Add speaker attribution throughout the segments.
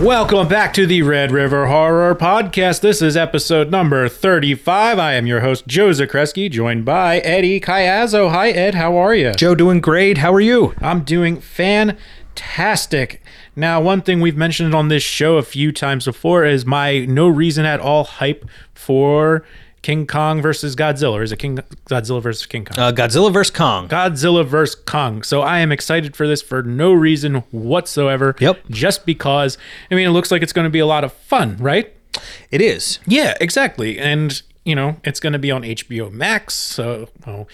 Speaker 1: Welcome back to the Red River Horror Podcast. This is episode number 35. I am your host, Joe Zakreski, joined by Eddie Kayazzo. Hi, Ed. How are you?
Speaker 2: Joe, doing great. How are you?
Speaker 1: I'm doing fantastic. Now, one thing we've mentioned on this show a few times before is my no reason at all hype for King Kong versus Godzilla. Or is it King Godzilla versus King Kong?
Speaker 2: Uh, Godzilla vs. Kong.
Speaker 1: Godzilla vs. Kong. So I am excited for this for no reason whatsoever.
Speaker 2: Yep.
Speaker 1: Just because, I mean, it looks like it's going to be a lot of fun, right?
Speaker 2: It is.
Speaker 1: Yeah, exactly. And, you know, it's going to be on HBO Max. So, well,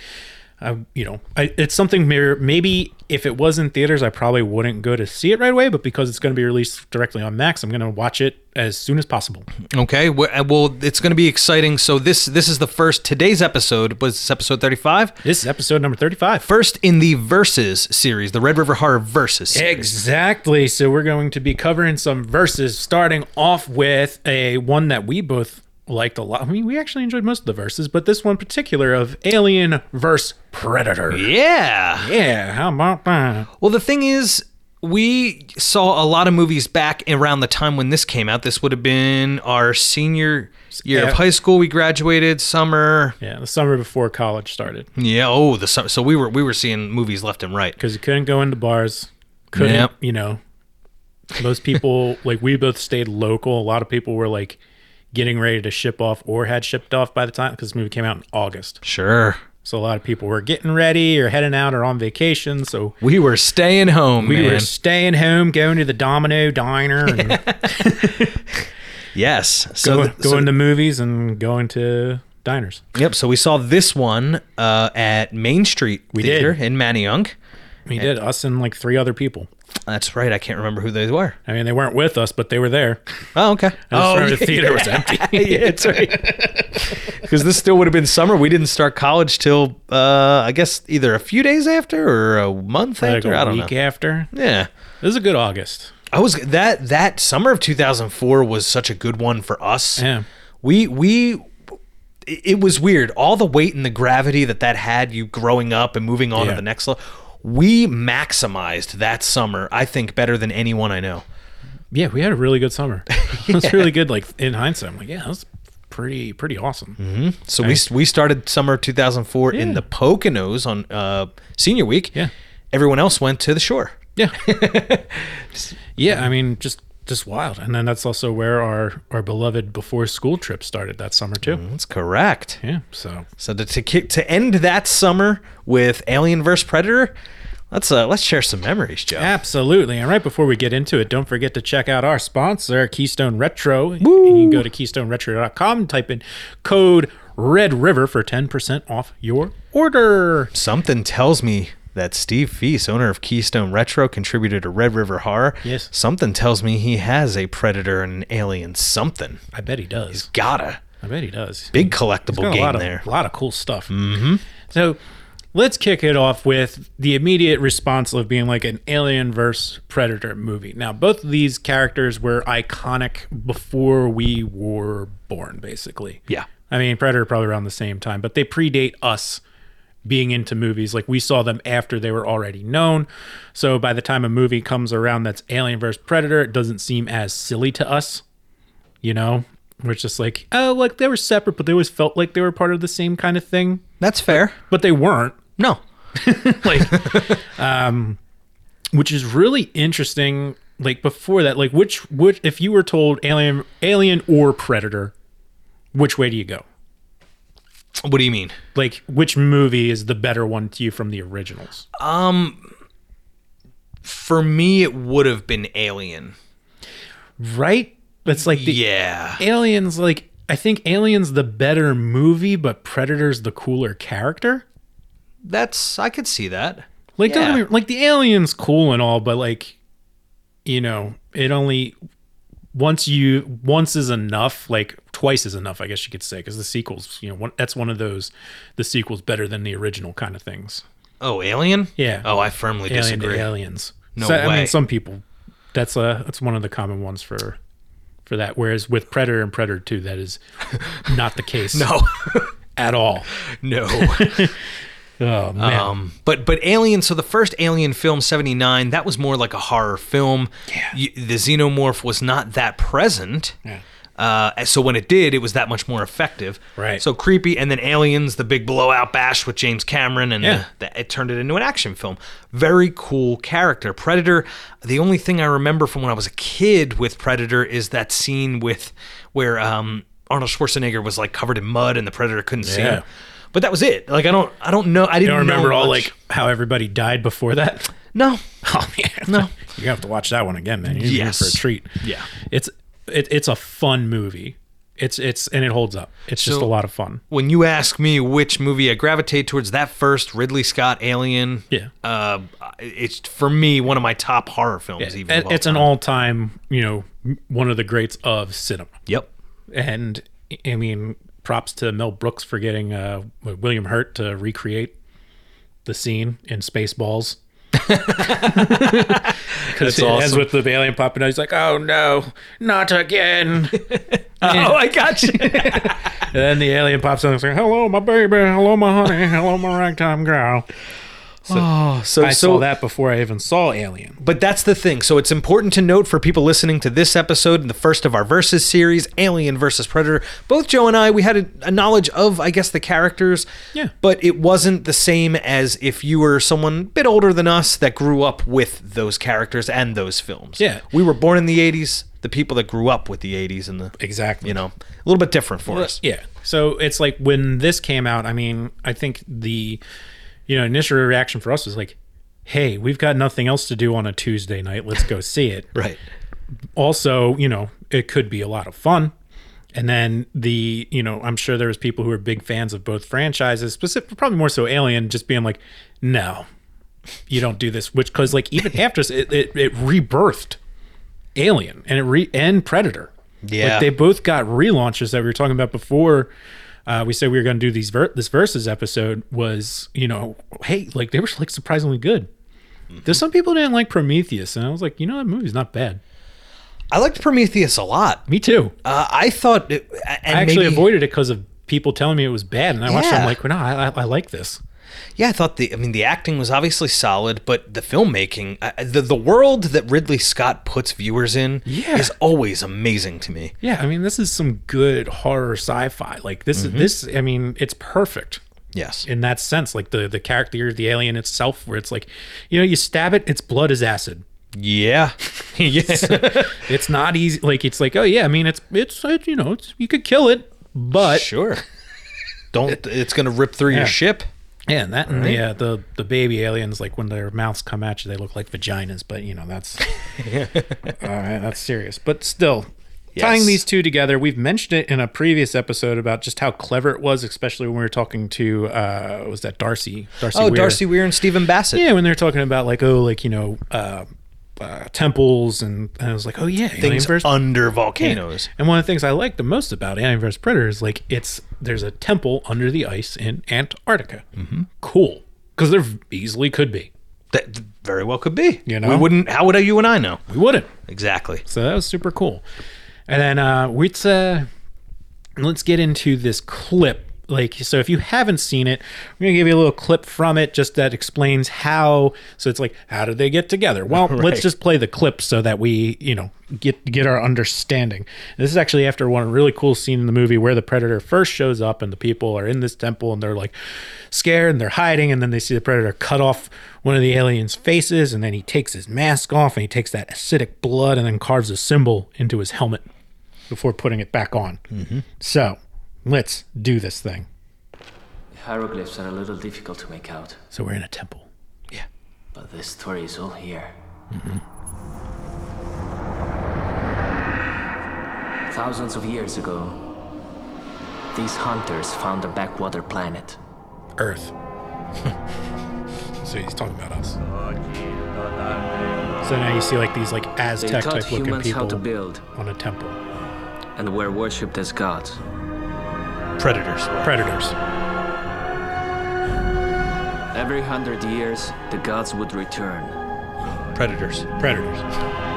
Speaker 1: I, you know, I, it's something mer- maybe if it was in theaters, I probably wouldn't go to see it right away. But because it's going to be released directly on Max, I'm going to watch it as soon as possible.
Speaker 2: Okay. we- uh, Well, it's going to be exciting. So this this is the first today's episode was this episode 35.
Speaker 1: This is episode number 35.
Speaker 2: First in the Versus series, the Red River Horror Versus. series.
Speaker 1: Exactly. So we're going to be covering some verses, starting off with a one that we both liked a lot. I mean, we actually enjoyed most of the verses, but this one particular of Alien versus Predator.
Speaker 2: Yeah.
Speaker 1: Yeah, how about that?
Speaker 2: Well, the thing is we saw a lot of movies back around the time when this came out. This would have been our senior year
Speaker 1: Yeah.
Speaker 2: of high school. We graduated summer.
Speaker 1: Yeah, the summer before college started
Speaker 2: Yeah. Oh, the summer. So we were we were seeing movies left and right.
Speaker 1: because you couldn't go into bars, couldn't,
Speaker 2: Yep.
Speaker 1: you know. Most people, like we both stayed local. A lot of people were like getting ready to ship off or had shipped off by the time because this movie came out in August.
Speaker 2: Sure.
Speaker 1: So a lot of people were getting ready or heading out or on vacation. So
Speaker 2: We were staying home,
Speaker 1: we
Speaker 2: man.
Speaker 1: were staying home, going to the Domino Diner, and
Speaker 2: yes. So,
Speaker 1: going,
Speaker 2: th- so-
Speaker 1: going to movies and going to diners.
Speaker 2: yep. So we saw this one uh, at Main Street
Speaker 1: did.
Speaker 2: Theater in Manayunk.
Speaker 1: We did us and like three other people.
Speaker 2: That's right. I can't remember who they were.
Speaker 1: I mean, they weren't with us, but they were there.
Speaker 2: Oh, okay.
Speaker 1: oh,
Speaker 2: oh,
Speaker 1: the theater was empty.
Speaker 2: yeah, it's right. Because this still would have been summer. We didn't start college till uh, I guess either a few days after or a month
Speaker 1: Like
Speaker 2: after.
Speaker 1: a
Speaker 2: I don't
Speaker 1: week
Speaker 2: know.
Speaker 1: after,
Speaker 2: Yeah.
Speaker 1: it was a good August.
Speaker 2: I was that that summer of 2004 was such a good one for us.
Speaker 1: Yeah.
Speaker 2: We we it it was weird. All the weight and the gravity that that had you growing up and moving on
Speaker 1: Yeah.
Speaker 2: to the next level. We maximized that summer, I think, better than anyone I know.
Speaker 1: Yeah, we had a really good summer. It was really good. Like in hindsight, I'm like, yeah, that was pretty pretty awesome.
Speaker 2: So we we started summer of 2004 in the Poconos on uh, senior week.
Speaker 1: Yeah.
Speaker 2: Everyone else went to the shore.
Speaker 1: Yeah. yeah, I mean, just just wild. And then that's also where our our beloved before school trip started that summer too.
Speaker 2: That's correct.
Speaker 1: Yeah. So
Speaker 2: So to to, ki- to end that summer with Alien vs Predator, let's uh, let's share some memories, Joe.
Speaker 1: absolutely. And right before we get into it, don't forget to check out our sponsor, Keystone Retro. You can go to keystoneretro.com, type in code Red River for 10% off your order.
Speaker 2: Something tells me that Steve Feast, owner of Keystone Retro, contributor to Red River Horror.
Speaker 1: Yes.
Speaker 2: Something tells me he has a Predator and an Alien something.
Speaker 1: I bet he does.
Speaker 2: Gotta.
Speaker 1: I bet he does.
Speaker 2: Big collectible
Speaker 1: Got a
Speaker 2: game
Speaker 1: lot of,
Speaker 2: there.
Speaker 1: A lot of cool stuff. Mm-hmm. So let's kick it off with the immediate response of being like an alien versus predator movie. Now, both of these characters were iconic before we were born, basically.
Speaker 2: Yeah.
Speaker 1: I mean, Predator probably around the same time, but they predate us being into movies. Like we saw them after they were already known. So by the time a movie comes around that's Alien vs. Predator, it doesn't seem as silly to us, you know? We're just like, oh, like they were separate, but they always felt like they were part of the same kind of thing,
Speaker 2: That's fair.
Speaker 1: but they weren't
Speaker 2: No.
Speaker 1: like um which is really interesting like before that like which which if you were told alien alien or predator which way do you go
Speaker 2: What do you mean?
Speaker 1: like which movie is the better one to you from the originals
Speaker 2: Um, For me, it would have been Alien.
Speaker 1: right it's like the
Speaker 2: yeah.
Speaker 1: aliens like i think aliens the better movie but predator's the cooler character
Speaker 2: That's. I could see that.
Speaker 1: Like, don't
Speaker 2: Yeah.
Speaker 1: get me- like the aliens cool and all, but like, you know, it only once you once is enough. Like twice is enough, I guess you could say, because the sequels, you know, one, that's one of those the sequels better than the original kind of things.
Speaker 2: Oh, Alien?
Speaker 1: Yeah.
Speaker 2: Oh, I firmly
Speaker 1: Alien to
Speaker 2: disagree.
Speaker 1: aliens.
Speaker 2: No
Speaker 1: So, I
Speaker 2: way.
Speaker 1: mean, some people. That's a that's one of the common ones for for that. Whereas with Predator and Predator Two, that is not the case
Speaker 2: No.
Speaker 1: at all.
Speaker 2: no.
Speaker 1: Oh man.
Speaker 2: Um, but but Alien, so the first Alien film, seventy nine, that was more like a horror film.
Speaker 1: Yeah.
Speaker 2: Y- the xenomorph was not that present.
Speaker 1: Yeah.
Speaker 2: Uh, so when it did, it was that much more effective.
Speaker 1: Right.
Speaker 2: So creepy, and then Aliens, the big blowout bash with James Cameron, and
Speaker 1: Yeah.
Speaker 2: the- the- it turned it into an action film. Very cool character. Predator. The only thing I remember from when I was a kid with Predator is that scene with where um, Arnold Schwarzenegger was like covered in mud, and the Predator couldn't see
Speaker 1: Yeah.
Speaker 2: him. But that was it. Like I don't, I don't know. I
Speaker 1: you
Speaker 2: didn't
Speaker 1: don't remember
Speaker 2: know
Speaker 1: all
Speaker 2: much.
Speaker 1: like how everybody died before that?
Speaker 2: No.
Speaker 1: Oh man,
Speaker 2: No.
Speaker 1: you have to watch that one again, man. You're
Speaker 2: Yes.
Speaker 1: in for a treat.
Speaker 2: Yeah.
Speaker 1: it's it, it's a fun movie. It's it's and it holds up. It's just a
Speaker 2: So-
Speaker 1: lot of fun.
Speaker 2: When you ask me which movie I gravitate towards, that first Ridley Scott Alien.
Speaker 1: Yeah.
Speaker 2: Uh, it's for me one of my top horror films. even
Speaker 1: It-
Speaker 2: of all
Speaker 1: it's an
Speaker 2: time.
Speaker 1: all time, you know, m- one of the greats of cinema.
Speaker 2: Yep.
Speaker 1: And I mean, props to Mel Brooks for getting uh, William Hurt to recreate the scene in Spaceballs. Because it ends
Speaker 2: awesome.
Speaker 1: with the alien popping out. He's like, "Oh no, not again!"
Speaker 2: Oh, I got you.
Speaker 1: And then the alien pops out and saying, "Hello, my baby. Hello, my honey. Hello, my ragtime girl."
Speaker 2: oh, so
Speaker 1: I
Speaker 2: so
Speaker 1: saw that before I even saw Alien.
Speaker 2: But that's the thing. So it's important to note for people listening to this episode and the first of our Versus series, Alien versus Predator. Both Joe and I, we had a, a knowledge of, I guess, the characters.
Speaker 1: Yeah.
Speaker 2: But it wasn't the same as if you were someone a bit older than us that grew up with those characters and those films.
Speaker 1: Yeah.
Speaker 2: We were born in the 80s. The people that grew up with the 80s and the,
Speaker 1: Exactly.
Speaker 2: you know, a little bit different for us.
Speaker 1: Yeah. So it's like when this came out, I mean, I think the you know, initial reaction for us was like, "Hey, we've got nothing else to do on a Tuesday night. Let's go see it."
Speaker 2: Right.
Speaker 1: Also, you know, it could be a lot of fun. And then the, you know, I'm sure there was people who were big fans of both franchises, specific, probably more so Alien, just being like, "No, you don't do this." Which, because like even after this, it, it, it rebirthed Alien and it re and Predator.
Speaker 2: Yeah.
Speaker 1: like they both got relaunches that we were talking about before. Uh, we said we were going to do these ver- this versus episode was you know hey like they were like surprisingly good. There's some people didn't like Prometheus, and I was like, you know, that movie's not bad.
Speaker 2: I liked Prometheus a lot.
Speaker 1: Me too.
Speaker 2: Uh, I thought. It, and
Speaker 1: I actually
Speaker 2: maybe-
Speaker 1: avoided it because of people telling me it was bad, and I watched it.
Speaker 2: Yeah.
Speaker 1: I'm like, well, no, I, I, I like this.
Speaker 2: Yeah, I thought the I mean the acting was obviously solid, but the filmmaking, uh, the the world that Ridley Scott puts viewers in
Speaker 1: Yeah.
Speaker 2: is always amazing to me.
Speaker 1: Yeah, I mean, this is some good horror sci-fi. Like this, this, I mean, it's perfect.
Speaker 2: Yes.
Speaker 1: in that sense, like the the character, the alien itself, where it's like, you know, you stab it, its blood is acid.
Speaker 2: Yeah. yeah.
Speaker 1: It's not easy. Like it's like, oh yeah, I mean, it's it's it, you know, it's, you could kill it, but
Speaker 2: sure. Don't it's going to rip through
Speaker 1: Yeah.
Speaker 2: your ship.
Speaker 1: yeah, and that and the, uh, the the baby aliens, like when their mouths come at you, they look like vaginas, but you know that's all right, that's serious, but still. Tying
Speaker 2: Yes.
Speaker 1: these two together, we've mentioned it in a previous episode about just how clever it was, especially when we were talking to uh, was that Darcy? Darcy
Speaker 2: Oh,
Speaker 1: Weir.
Speaker 2: Darcy Weir and Stephen Bassett.
Speaker 1: Yeah, when they're talking about like oh, like you know, uh, uh, temples, and, and I was like, oh yeah,
Speaker 2: Things
Speaker 1: Alien vs.
Speaker 2: under volcanoes.
Speaker 1: And one of the things I like the most about Alien vs. Predator is like it's there's a temple under the ice in Antarctica. Mm-hmm. Cool, because there easily could be.
Speaker 2: That very well could be.
Speaker 1: You know?
Speaker 2: We wouldn't how would you and I know?
Speaker 1: We wouldn't.
Speaker 2: Exactly.
Speaker 1: So that was super cool. And then uh, let's uh, let's get into this clip. Like, so if you haven't seen it, I'm gonna give you a little clip from it, just that explains how. So it's like, how did they get together? Well, let's just play the clip so that we, you know, get get our understanding. This is actually after one really cool scene in the movie where the predator first shows up and the people are in this temple and they're like scared and they're hiding and then they see the predator cut off one of the aliens' faces and then he takes his mask off and he takes that acidic blood and then carves a symbol into his helmet before putting it back on. So let's do this thing.
Speaker 3: Hieroglyphs are a little difficult to make out,
Speaker 1: So we're in a temple.
Speaker 3: but this story is all here.
Speaker 1: Mm-hmm.
Speaker 3: Thousands of years ago, these hunters found a backwater planet.
Speaker 1: Earth. so he's talking about us. So now you see like these like
Speaker 3: They
Speaker 1: Aztec
Speaker 3: taught
Speaker 1: type looking
Speaker 3: humans how
Speaker 1: people
Speaker 3: to build
Speaker 1: on a temple.
Speaker 3: and were worshipped as gods.
Speaker 2: Predators.
Speaker 1: Predators.
Speaker 3: Every hundred years, the gods would return,
Speaker 2: Predators.
Speaker 1: Predators.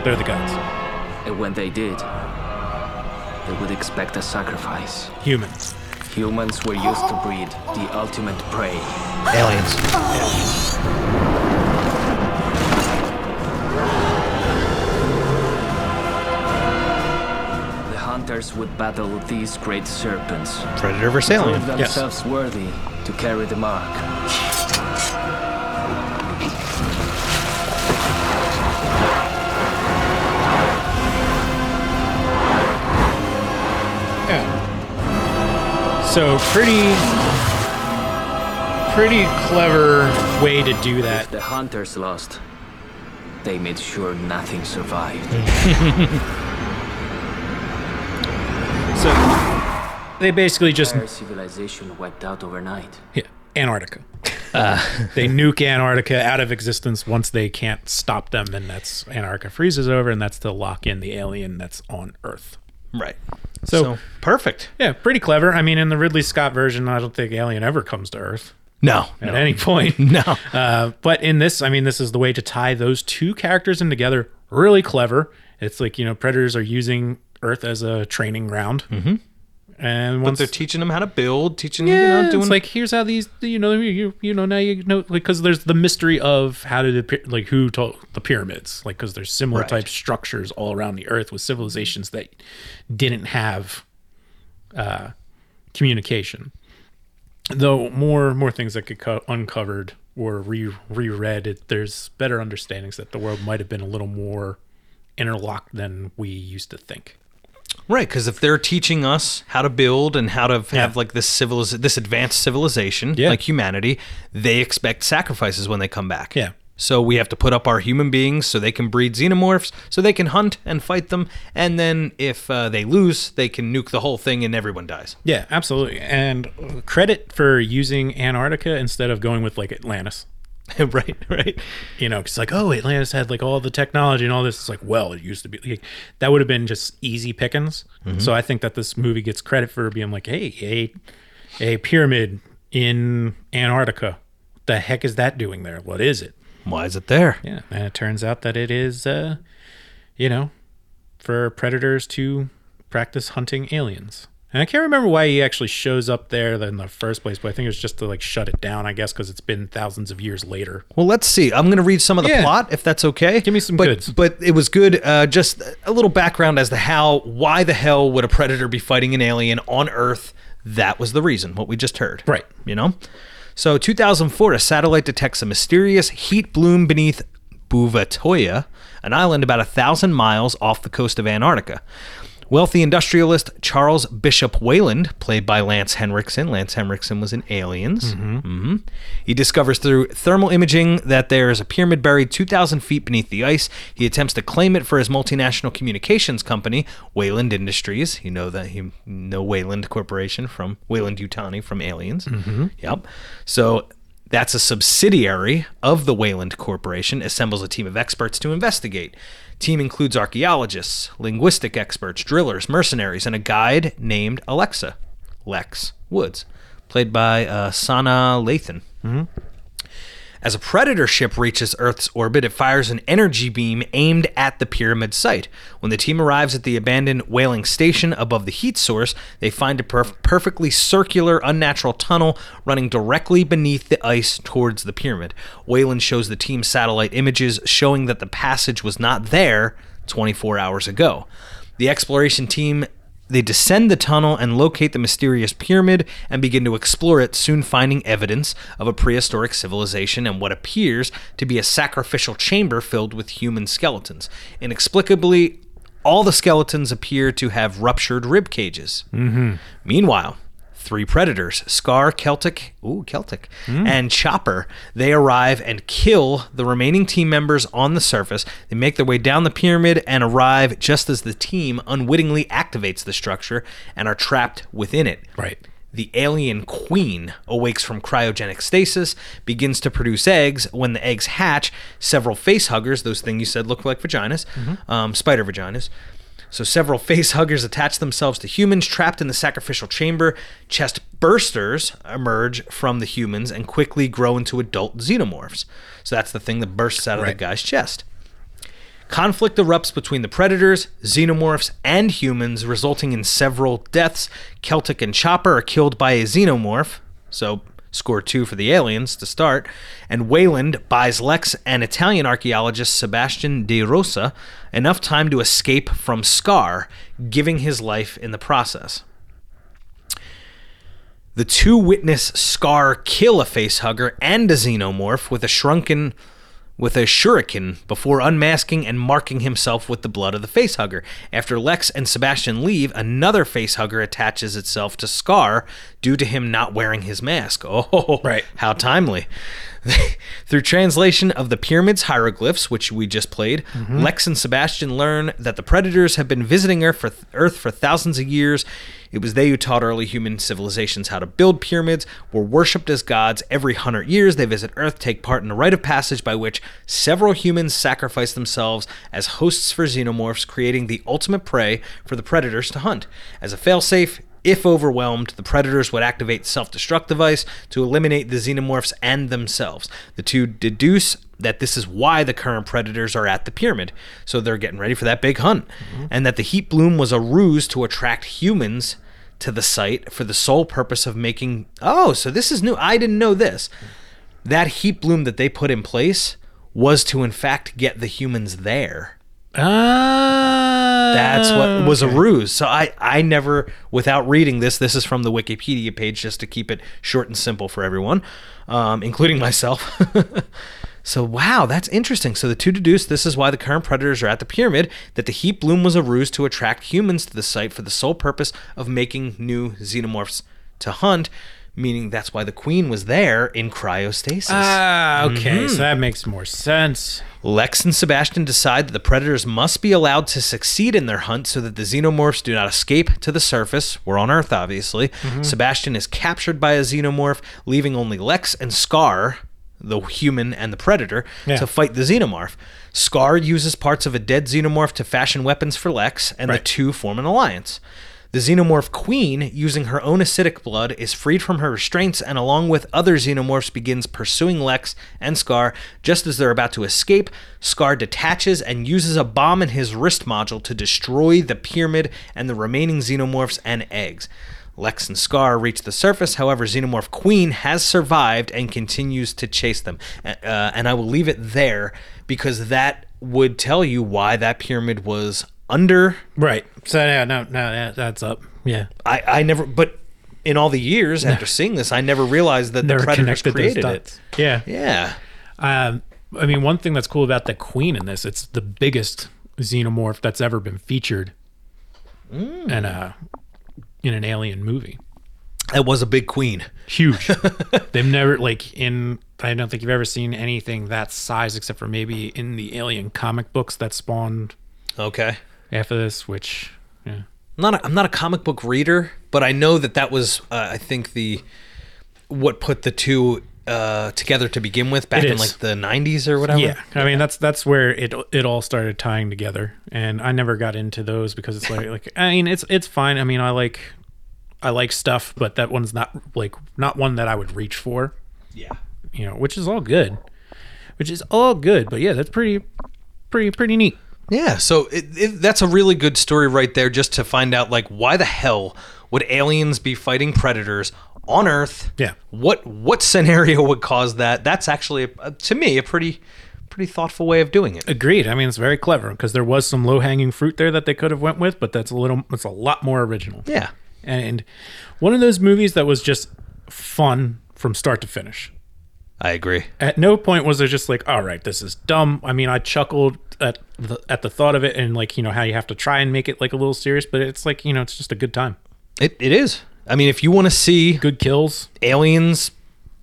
Speaker 1: They're the gods.
Speaker 3: and when they did, they would expect a sacrifice.
Speaker 1: Humans.
Speaker 3: Humans were used to breed the ultimate prey.
Speaker 2: Aliens.
Speaker 3: The hunters would battle these great serpents,
Speaker 2: Predator versus alien.
Speaker 3: prove themselves worthy to carry the mark.
Speaker 1: Yeah. So pretty, pretty clever way to do that.
Speaker 3: If the hunters lost, they made sure nothing survived.
Speaker 1: So they basically just
Speaker 3: Entire civilization wiped out overnight.
Speaker 1: yeah, Antarctica.
Speaker 2: Uh,
Speaker 1: they nuke Antarctica out of existence once they can't stop them, and that's Antarctica freezes over, and that's to lock in the alien that's on Earth.
Speaker 2: Right.
Speaker 1: So-
Speaker 2: so perfect.
Speaker 1: Yeah, pretty clever. I mean, in the Ridley Scott version, I don't think alien ever comes to Earth.
Speaker 2: No.
Speaker 1: at any point.
Speaker 2: No.
Speaker 1: Uh, but in this, I mean, this is the way to tie those two characters in together. Really clever. It's like, you know, predators are using Earth as a training ground. Mm-hmm. And once
Speaker 2: They're teaching them how to build, teaching
Speaker 1: yeah,
Speaker 2: you know, doing
Speaker 1: it's like here's how these you know you you know now you know because there's the mystery of how did the py- like who told the pyramids like because there's similar
Speaker 2: Right.
Speaker 1: type structures all around the earth with civilizations that didn't have uh, communication. Though more more things that could co- uncovered or re reread, it, there's better understandings that the world might have been a little more interlocked than we used to think.
Speaker 2: Right, because if they're teaching us how to build and how to
Speaker 1: Yeah.
Speaker 2: have like this civiliz- this advanced civilization,
Speaker 1: Yeah.
Speaker 2: like humanity, they expect sacrifices when they come back.
Speaker 1: Yeah.
Speaker 2: So we have to put up our human beings so they can breed xenomorphs, so they can hunt and fight them, and then if uh, they lose, they can nuke the whole thing and everyone dies.
Speaker 1: Yeah, absolutely. And credit for using Antarctica instead of going with like Atlantis.
Speaker 2: right, right.
Speaker 1: You know, 'cause it's like, oh, Atlantis had like all the technology and all this. It's like, well, it used to be like, that would have been just easy pickings. So I think that this movie gets credit for being like, hey, a a pyramid in Antarctica. What the heck is that doing there? What is it?
Speaker 2: Why is it there?
Speaker 1: Yeah, and it turns out that it is, uh, you know, for predators to practice hunting aliens. And I can't remember why he actually shows up there in the first place, but I think it was just to like shut it down, I guess, because it's been thousands of years later.
Speaker 2: Well, let's see. I'm going to read some of the
Speaker 1: Yeah.
Speaker 2: plot, if that's okay.
Speaker 1: Give me some
Speaker 2: but,
Speaker 1: goods.
Speaker 2: But it was good. Uh, just a little background as to how, why the hell would a predator be fighting an alien on Earth? That was the reason. What we just heard.
Speaker 1: Right.
Speaker 2: You know. So, 2004, a satellite detects a mysterious heat bloom beneath Buvatoya, an island about a thousand miles off the coast of Antarctica. Wealthy industrialist Charles Bishop Wayland, played by Lance Henriksen. Lance Henriksen was in Aliens. Mhm. He discovers through thermal imaging that there is a pyramid buried 2,000 feet beneath the ice. He attempts to claim it for his multinational communications company, Wayland Industries. You know that you know Wayland Corporation from Wayland Utani from Aliens. Yep. So that's a subsidiary of the Wayland Corporation, assembles a team of experts to investigate. Team includes archaeologists, linguistic experts, drillers, mercenaries, and a guide named Alexa, Lex Woods, played by uh, Sana Lathan. As a predator ship reaches Earth's orbit, it fires an energy beam aimed at the pyramid site. When the team arrives at the abandoned whaling station above the heat source, they find a perf- perfectly circular, unnatural tunnel running directly beneath the ice towards the pyramid. Whalen shows the team satellite images showing that the passage was not there 24 hours ago. The exploration team they descend the tunnel and locate the mysterious pyramid and begin to explore it, soon finding evidence of a prehistoric civilization and what appears to be a sacrificial chamber filled with human skeletons. Inexplicably, all the skeletons appear to have ruptured rib cages. Meanwhile, three predators, Scar, Celtic, ooh, Celtic, and Chopper, they arrive and kill the remaining team members on the surface. They make their way down the pyramid and arrive just as the team unwittingly activates the structure and are trapped within it.
Speaker 1: Right.
Speaker 2: The alien queen awakes from cryogenic stasis, begins to produce eggs. When the eggs hatch, several face huggers, those things you said look like vaginas, um, spider vaginas. So several face huggers attach themselves to humans trapped in the sacrificial chamber. Chest bursters emerge from the humans and quickly grow into adult xenomorphs. So that's the thing that bursts out of the
Speaker 1: Right.
Speaker 2: guy's chest. Conflict erupts between the predators, xenomorphs, and humans, resulting in several deaths. Celtic and Chopper are killed by a xenomorph, so score two for the aliens to start. And Wayland buys Lex and Italian archaeologist Sebastian De Rosa enough time to escape from Scar, giving his life in the process. The two witness Scar kill a facehugger and a xenomorph with a shrunken with a shuriken before unmasking and marking himself with the blood of the facehugger. After Lex and Sebastian leave, another facehugger attaches itself to Scar due to him not wearing his mask. Oh,
Speaker 1: Right.
Speaker 2: how timely. Through translation of the pyramid's hieroglyphs, which we just played, Lex and Sebastian learn that the predators have been visiting Earth for, Earth for thousands of years. It was they who taught early human civilizations how to build pyramids, were worshipped as gods. Every hundred years, they visit Earth, take part in a rite of passage by which several humans sacrifice themselves as hosts for xenomorphs, creating the ultimate prey for the predators to hunt. As a failsafe, if overwhelmed, the predators would activate self destruct device to eliminate the xenomorphs and themselves. The two deduce that this is why the current predators are at the pyramid. So they're getting ready for that big hunt. And that the heat bloom was a ruse to attract humans to the site for the sole purpose of making. Oh, so this is new. I didn't know this. That heat bloom that they put in place was to, in fact, get the humans there.
Speaker 1: Ah,
Speaker 2: That's what was a ruse. So I, I never, without reading this, this is from the Wikipedia page just to keep it short and simple for everyone, um, including myself. so, wow, that's interesting. So the two deduce this is why the current predators are at the pyramid, that the heat bloom was a ruse to attract humans to the site for the sole purpose of making new xenomorphs to hunt, meaning that's why the queen was there in cryostasis.
Speaker 1: Ah, okay. So that makes more sense.
Speaker 2: Lex and Sebastian decide that the predators must be allowed to succeed in their hunt so that the xenomorphs do not escape to the surface. We're on Earth, obviously.
Speaker 1: Mm-hmm.
Speaker 2: Sebastian is captured by a xenomorph, leaving only Lex and Scar, the human and the predator,
Speaker 1: Yeah.
Speaker 2: to fight the xenomorph. Scar uses parts of a dead xenomorph to fashion weapons for Lex, and the
Speaker 1: Right.
Speaker 2: two form an alliance. The xenomorph queen, using her own acidic blood, is freed from her restraints and, along with other xenomorphs, begins pursuing Lex and Scar. Just as they're about to escape, Scar detaches and uses a bomb in his wrist module to destroy the pyramid and the remaining xenomorphs and eggs. Lex and Scar reach the surface. However, Xenomorph Queen has survived and continues to chase them. Uh, and I will leave it there because that would tell you why that pyramid was under
Speaker 1: Right. So yeah, no, no, that, that's up. Yeah.
Speaker 2: I, I never, but in all the years after seeing this, I never realized that the
Speaker 1: Never
Speaker 2: Predators
Speaker 1: connected those
Speaker 2: created
Speaker 1: dots.
Speaker 2: it.
Speaker 1: Yeah.
Speaker 2: Yeah.
Speaker 1: Um, I mean, one thing that's cool about the queen in this, it's the biggest xenomorph that's ever been featured in a in an alien movie.
Speaker 2: That was a big queen.
Speaker 1: Huge. They've never like in. I don't think you've ever seen anything that size, except for maybe in the Alien comic books that spawned
Speaker 2: Okay.
Speaker 1: after this, which yeah.
Speaker 2: I'm not a, I'm not a comic book reader, but I know that that was, uh, I think, the what put the two uh, together to begin with back
Speaker 1: It
Speaker 2: in
Speaker 1: is.
Speaker 2: like the 90s or whatever.
Speaker 1: Yeah, I mean that's that's where it it all started tying together, and I never got into those because it's like like I mean it's it's fine. I mean I like I like stuff, but that one's not like not one that I would reach for,
Speaker 2: Yeah.
Speaker 1: you know, which is all good, which is all good. But yeah, that's pretty pretty pretty neat.
Speaker 2: Yeah, so it, it, that's a really good story right there, just to find out like why the hell would aliens be fighting predators on Earth?
Speaker 1: Yeah.
Speaker 2: what what scenario would cause that? That's actually a, a- to me a pretty pretty thoughtful way of doing it.
Speaker 1: Agreed. I mean it's very clever because there was some low hanging fruit there that they could have went with, but that's a little it's a lot more original.
Speaker 2: Yeah,
Speaker 1: and one of those movies that was just fun from start to finish.
Speaker 2: I agree.
Speaker 1: at no point was there just like all right this is dumb i mean i chuckled at the, at the thought of it and like you know how you have to try and make it like a little serious but it's like you know it's just a good time
Speaker 2: It it is. I mean, if you want to see
Speaker 1: good kills
Speaker 2: aliens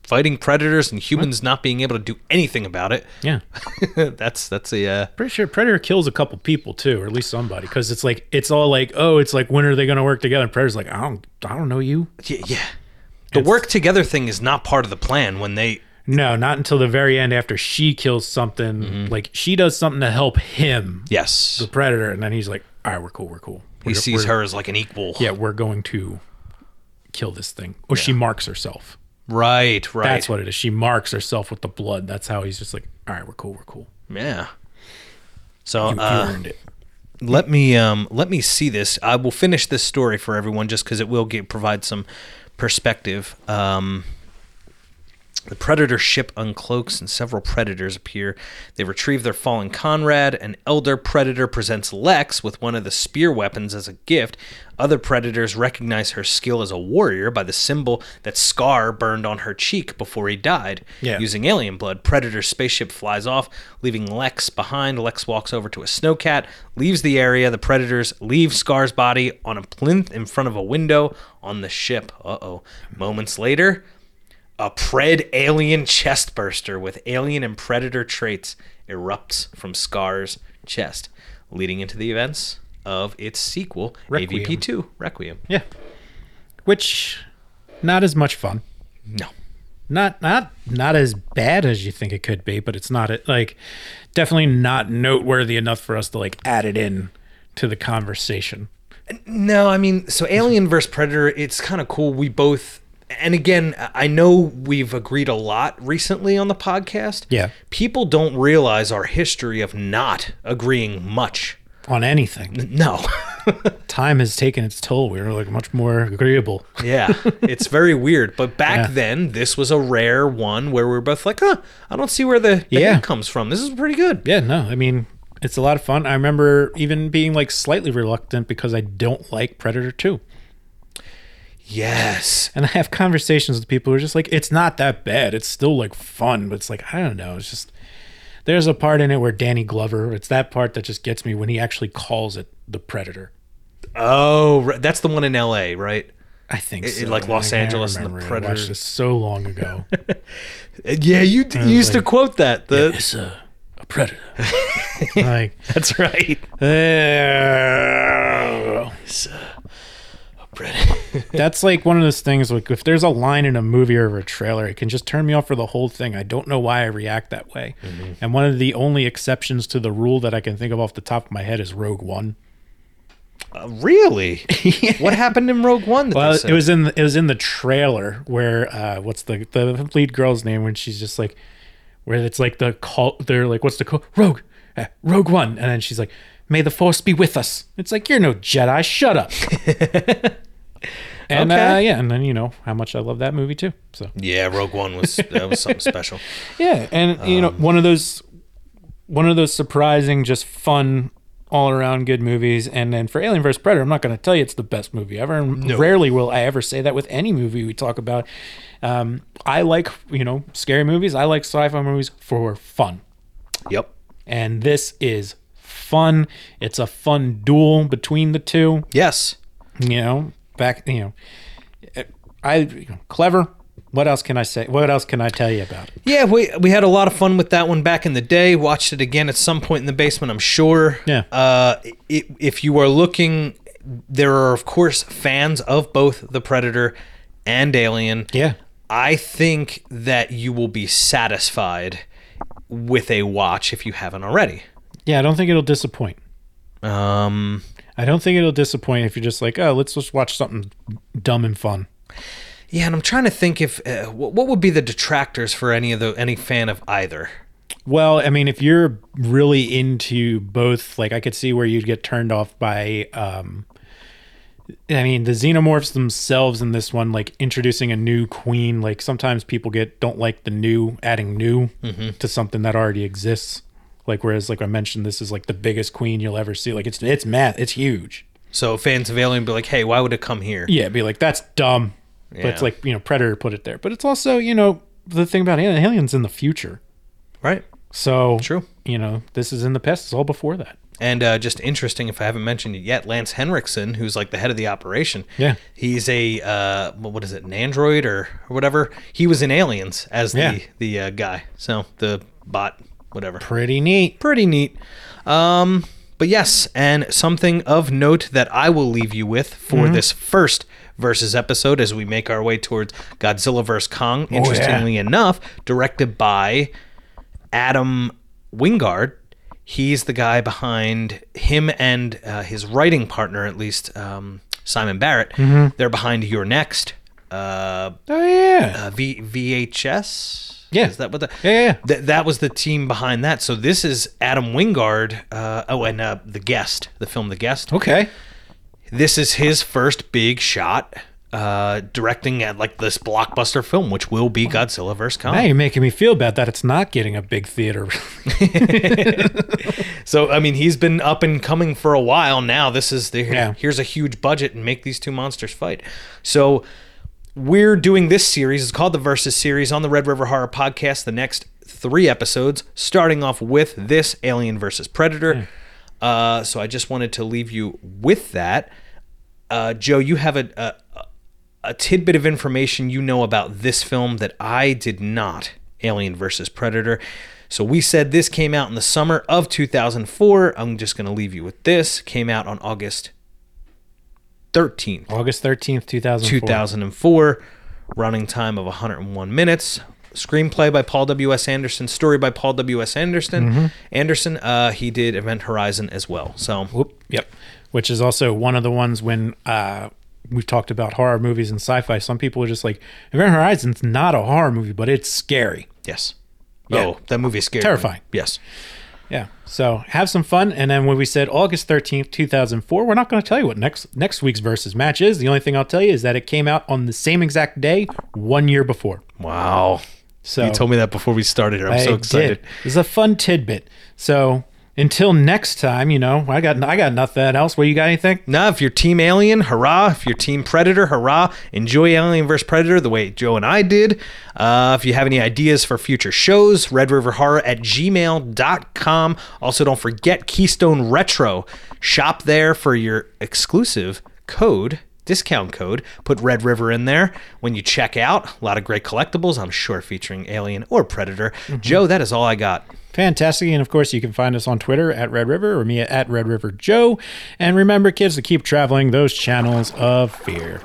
Speaker 2: fighting predators and humans not being able to do anything about it,
Speaker 1: yeah
Speaker 2: that's that's a uh,
Speaker 1: pretty sure predator kills a couple people too or at least somebody because it's like it's all like oh it's like when are they going to work together and predator's like i don't i don't know you
Speaker 2: yeah. yeah. The work together thing is not part of the plan when they
Speaker 1: no not until the very end after she kills something
Speaker 2: Mm-hmm.
Speaker 1: like she does something to help him
Speaker 2: yes
Speaker 1: the predator and then he's like all right we're cool we're cool
Speaker 2: he
Speaker 1: We're-
Speaker 2: sees
Speaker 1: we're-
Speaker 2: her as like an equal.
Speaker 1: yeah we're going to kill this thing or she marks herself
Speaker 2: Right, right.
Speaker 1: That's what it is. She marks herself with the blood. That's how he's just like, all right, we're cool, we're cool.
Speaker 2: Yeah. So
Speaker 1: You
Speaker 2: uh,
Speaker 1: earned it.
Speaker 2: let me um, let me see this. I will finish this story for everyone just because it will get, provide some perspective. Um, the predator ship uncloaks and several predators appear. They retrieve their fallen Conrad. An elder predator presents Lex with one of the spear weapons as a gift. Other predators recognize her skill as a warrior by the symbol that Scar burned on her cheek before he died.
Speaker 1: Yeah.
Speaker 2: Using alien blood, Predator's spaceship flies off, leaving Lex behind. Lex walks over to a snowcat, leaves the area. The predators leave Scar's body on a plinth in front of a window on the ship. Uh oh. Moments later, a pred alien chest burster with alien and predator traits erupts from Scar's chest, leading into the events of its sequel,
Speaker 1: Requiem.
Speaker 2: AVP2 Requiem.
Speaker 1: Yeah. Which not as much fun.
Speaker 2: No.
Speaker 1: Not not not as bad as you think it could be, but it's not it like definitely not noteworthy enough for us to like add it in to the conversation.
Speaker 2: No, I mean, so Alien vs. Predator, it's kind of cool. We both, and again, I know we've agreed a lot recently on the podcast.
Speaker 1: Yeah.
Speaker 2: People don't realize our history of not agreeing much.
Speaker 1: On anything.
Speaker 2: No.
Speaker 1: Time has taken its toll. We were like much more agreeable.
Speaker 2: yeah. It's very weird. But back
Speaker 1: Yeah.
Speaker 2: then, this was a rare one where we were both like, huh, I don't see where the, the
Speaker 1: Yeah.
Speaker 2: hate comes from. This is pretty good.
Speaker 1: Yeah, no, I mean it's a lot of fun. I remember even being like slightly reluctant because I don't like Predator 2.
Speaker 2: Yes.
Speaker 1: And I have conversations with people who are just like, it's not that bad. It's still like fun, but it's like, I don't know. It's just, there's a part in it where Danny Glover, it's that part that just gets me when he actually calls it the Predator.
Speaker 2: Oh, right. that's the one in L.A., right?
Speaker 1: I think
Speaker 2: It-
Speaker 1: so.
Speaker 2: it, like, Los
Speaker 1: can't
Speaker 2: Angeles and the
Speaker 1: remember. I
Speaker 2: Predator.
Speaker 1: watched this so long ago.
Speaker 2: Uh, Yeah, you, you used to quote that. The,
Speaker 1: it's a, a Predator. like,
Speaker 2: That's right.
Speaker 1: "Eh."
Speaker 2: Predator.
Speaker 1: that's like one of those things like if there's a line in a movie or a trailer it can just turn me off for the whole thing i don't know why i react that way and one of the only exceptions to the rule that i can think of off the top of my head is rogue one
Speaker 2: Really? What happened in Rogue One? That
Speaker 1: well
Speaker 2: they said?
Speaker 1: it was in the, it was in the trailer where uh what's the the lead girl's name when she's just like where it's like the call they're like what's the call rogue uh, rogue one and then she's like may the force be with us it's like you're no jedi shut up and uh,
Speaker 2: Okay.
Speaker 1: yeah and then you know how much i love that movie too so
Speaker 2: yeah, Rogue One was that was something special.
Speaker 1: Yeah, and you know, one of those one of those surprising, just fun, all around good movies. And then for Alien vs. Predator, I'm not going to tell you it's the best movie ever. And Rarely will I ever say that with any movie we talk about. Um, I like you know scary movies. I like sci-fi movies for fun,
Speaker 2: Yep.
Speaker 1: and this is fun. It's a fun duel between the two.
Speaker 2: Yes.
Speaker 1: You know, back you know, I you know, clever. What else can I say? What else can I tell you about? it?
Speaker 2: Yeah, we we had a lot of fun with that one back in the day. Watched it again at some point in the basement, I'm sure.
Speaker 1: Yeah.
Speaker 2: Uh, i if you are looking, there are of course fans of both the Predator and Alien.
Speaker 1: Yeah.
Speaker 2: I think that you will be satisfied with a watch if you haven't already.
Speaker 1: Yeah, I don't think it'll disappoint.
Speaker 2: Um,
Speaker 1: I don't think it'll disappoint if you're just like, oh, let's just watch something dumb and fun.
Speaker 2: Yeah, and I'm trying to think if uh, wh- what would be the detractors for any of the any fan of either.
Speaker 1: Well, I mean, if you're really into both, like I could see where you'd get turned off by um I mean, the xenomorphs themselves in this one, like introducing a new queen, like sometimes people get don't like the new adding new to something that already exists. Like whereas like I mentioned, this is like the biggest queen you'll ever see. Like it's it's math, it's huge.
Speaker 2: So fans of Alien be like, "Hey, why would it come here?"
Speaker 1: Yeah, be like, that's dumb. But
Speaker 2: Yeah.
Speaker 1: it's like, you know, Predator put it there. But it's also, you know, the thing about Alien, Alien's in the future.
Speaker 2: Right.
Speaker 1: So,
Speaker 2: True.
Speaker 1: you know, this is in the past. It's all before that.
Speaker 2: And uh, just interesting, if I haven't mentioned it yet, Lance Henriksen, who's like the head of the operation.
Speaker 1: Yeah.
Speaker 2: He's a uh, wh- what is it, an android or, or whatever? He was in Aliens as
Speaker 1: Yeah.
Speaker 2: the the uh, guy. So the bot, whatever.
Speaker 1: Pretty neat.
Speaker 2: pretty neat. Um, but yes, and something of note that I will leave you with for this first versus episode as we make our way towards Godzilla vs Kong. Interestingly enough, directed by Adam Wingard. He's the guy behind him and uh, his writing partner, at least um, Simon Barrett. They're behind Your Next, uh,
Speaker 1: Oh, yeah.
Speaker 2: uh, v- VHS.
Speaker 1: Yeah.
Speaker 2: Is that what the
Speaker 1: Yeah, yeah, yeah.
Speaker 2: That that was the team behind that. So this is Adam Wingard. Uh, oh, and uh, the guest, the film, the guest.
Speaker 1: Okay.
Speaker 2: This is his first big shot. Uh, directing at like this blockbuster film, which will
Speaker 1: Oh.
Speaker 2: be Godzilla vs Kong.
Speaker 1: Now you're making me feel bad that it's not getting a big theater.
Speaker 2: So I mean, he's been up and coming for a while now. This is the
Speaker 1: Yeah.
Speaker 2: here's a huge budget and make these two monsters fight. So we're doing this series. It's called the Versus series on the Red River Horror Podcast. The next three episodes, starting off with this Alien versus Predator. Uh, so I just wanted to leave you with that. Uh, Joe, you have a, a a tidbit of information you know about this film that I did not Alien versus Predator. So we said this came out in the summer of 2004. I'm just going to leave you with this. Came out on August 13th,
Speaker 1: August 13th, 2004.
Speaker 2: 2004. Running time of 101 minutes. Screenplay by Paul W.S. Anderson. Story by Paul W.S. Anderson.
Speaker 1: Mm-hmm.
Speaker 2: Anderson, uh, he did Event Horizon as well. So
Speaker 1: Whoop. Yep. Which is also one of the ones when uh, we've talked about horror movies and sci fi. Some people are just like, Event Horizon's not a horror movie, but it's scary.
Speaker 2: Yes.
Speaker 1: Yeah.
Speaker 2: Oh, that movie is scary.
Speaker 1: Terrifying.
Speaker 2: Yes.
Speaker 1: Yeah. So have some fun. And then when we said August 13th, 2004, we're not going to tell you what next next week's versus match is. The only thing I'll tell you is that it came out on the same exact day one year before.
Speaker 2: Wow.
Speaker 1: So
Speaker 2: You told me that before we started here. I'm
Speaker 1: I
Speaker 2: so excited.
Speaker 1: Did. This is a fun tidbit. So until next time, you know, I got I got nothing else. Well, you got anything?
Speaker 2: Now, if you're Team Alien, hurrah. If you're Team Predator, hurrah. Enjoy Alien vs. Predator the way Joe and I did. Uh, if you have any ideas for future shows, Red River Horror at gmail.com. Also, don't forget Keystone Retro. Shop there for your exclusive code, discount code. Put Red River in there when you check out. A lot of great collectibles, I'm sure, featuring Alien or Predator. Joe, that is all I got.
Speaker 1: Fantastic. And of course, you can find us on Twitter at Red River or me at Red River Joe. And remember, kids, to keep traveling those channels of fear.